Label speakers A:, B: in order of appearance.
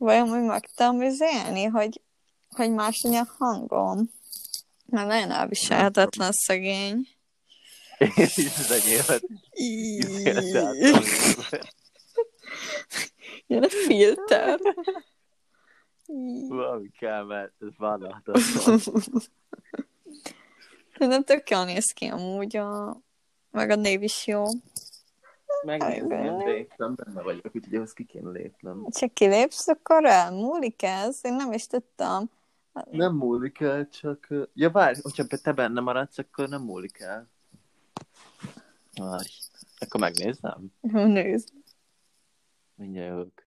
A: Vajon úgy meg tudom bizélni, hogy, hogy máshogy a hangom? Mert nagyon elviselhetetlen szegény.
B: Én is az enyémet izéltem. hát
A: Jön a filter.
B: Valami kell, mert ez vállalhatatlan.
A: De tök jól néz ki amúgy a... Meg a név is jó.
B: Megnézem,
A: Ajaj.
B: de én nem benne vagyok, úgyhogy ahhoz ki kéne lépnem.
A: Csak kilépsz, akkor elmúlik ez? Én nem is tudtam.
B: Nem múlik el, csak... ö, Ja, várj, hogyha be- te benne maradsz, akkor nem múlik el. Várj. Akkor megnézem.
A: Nézd.
B: Mindjárt jövök.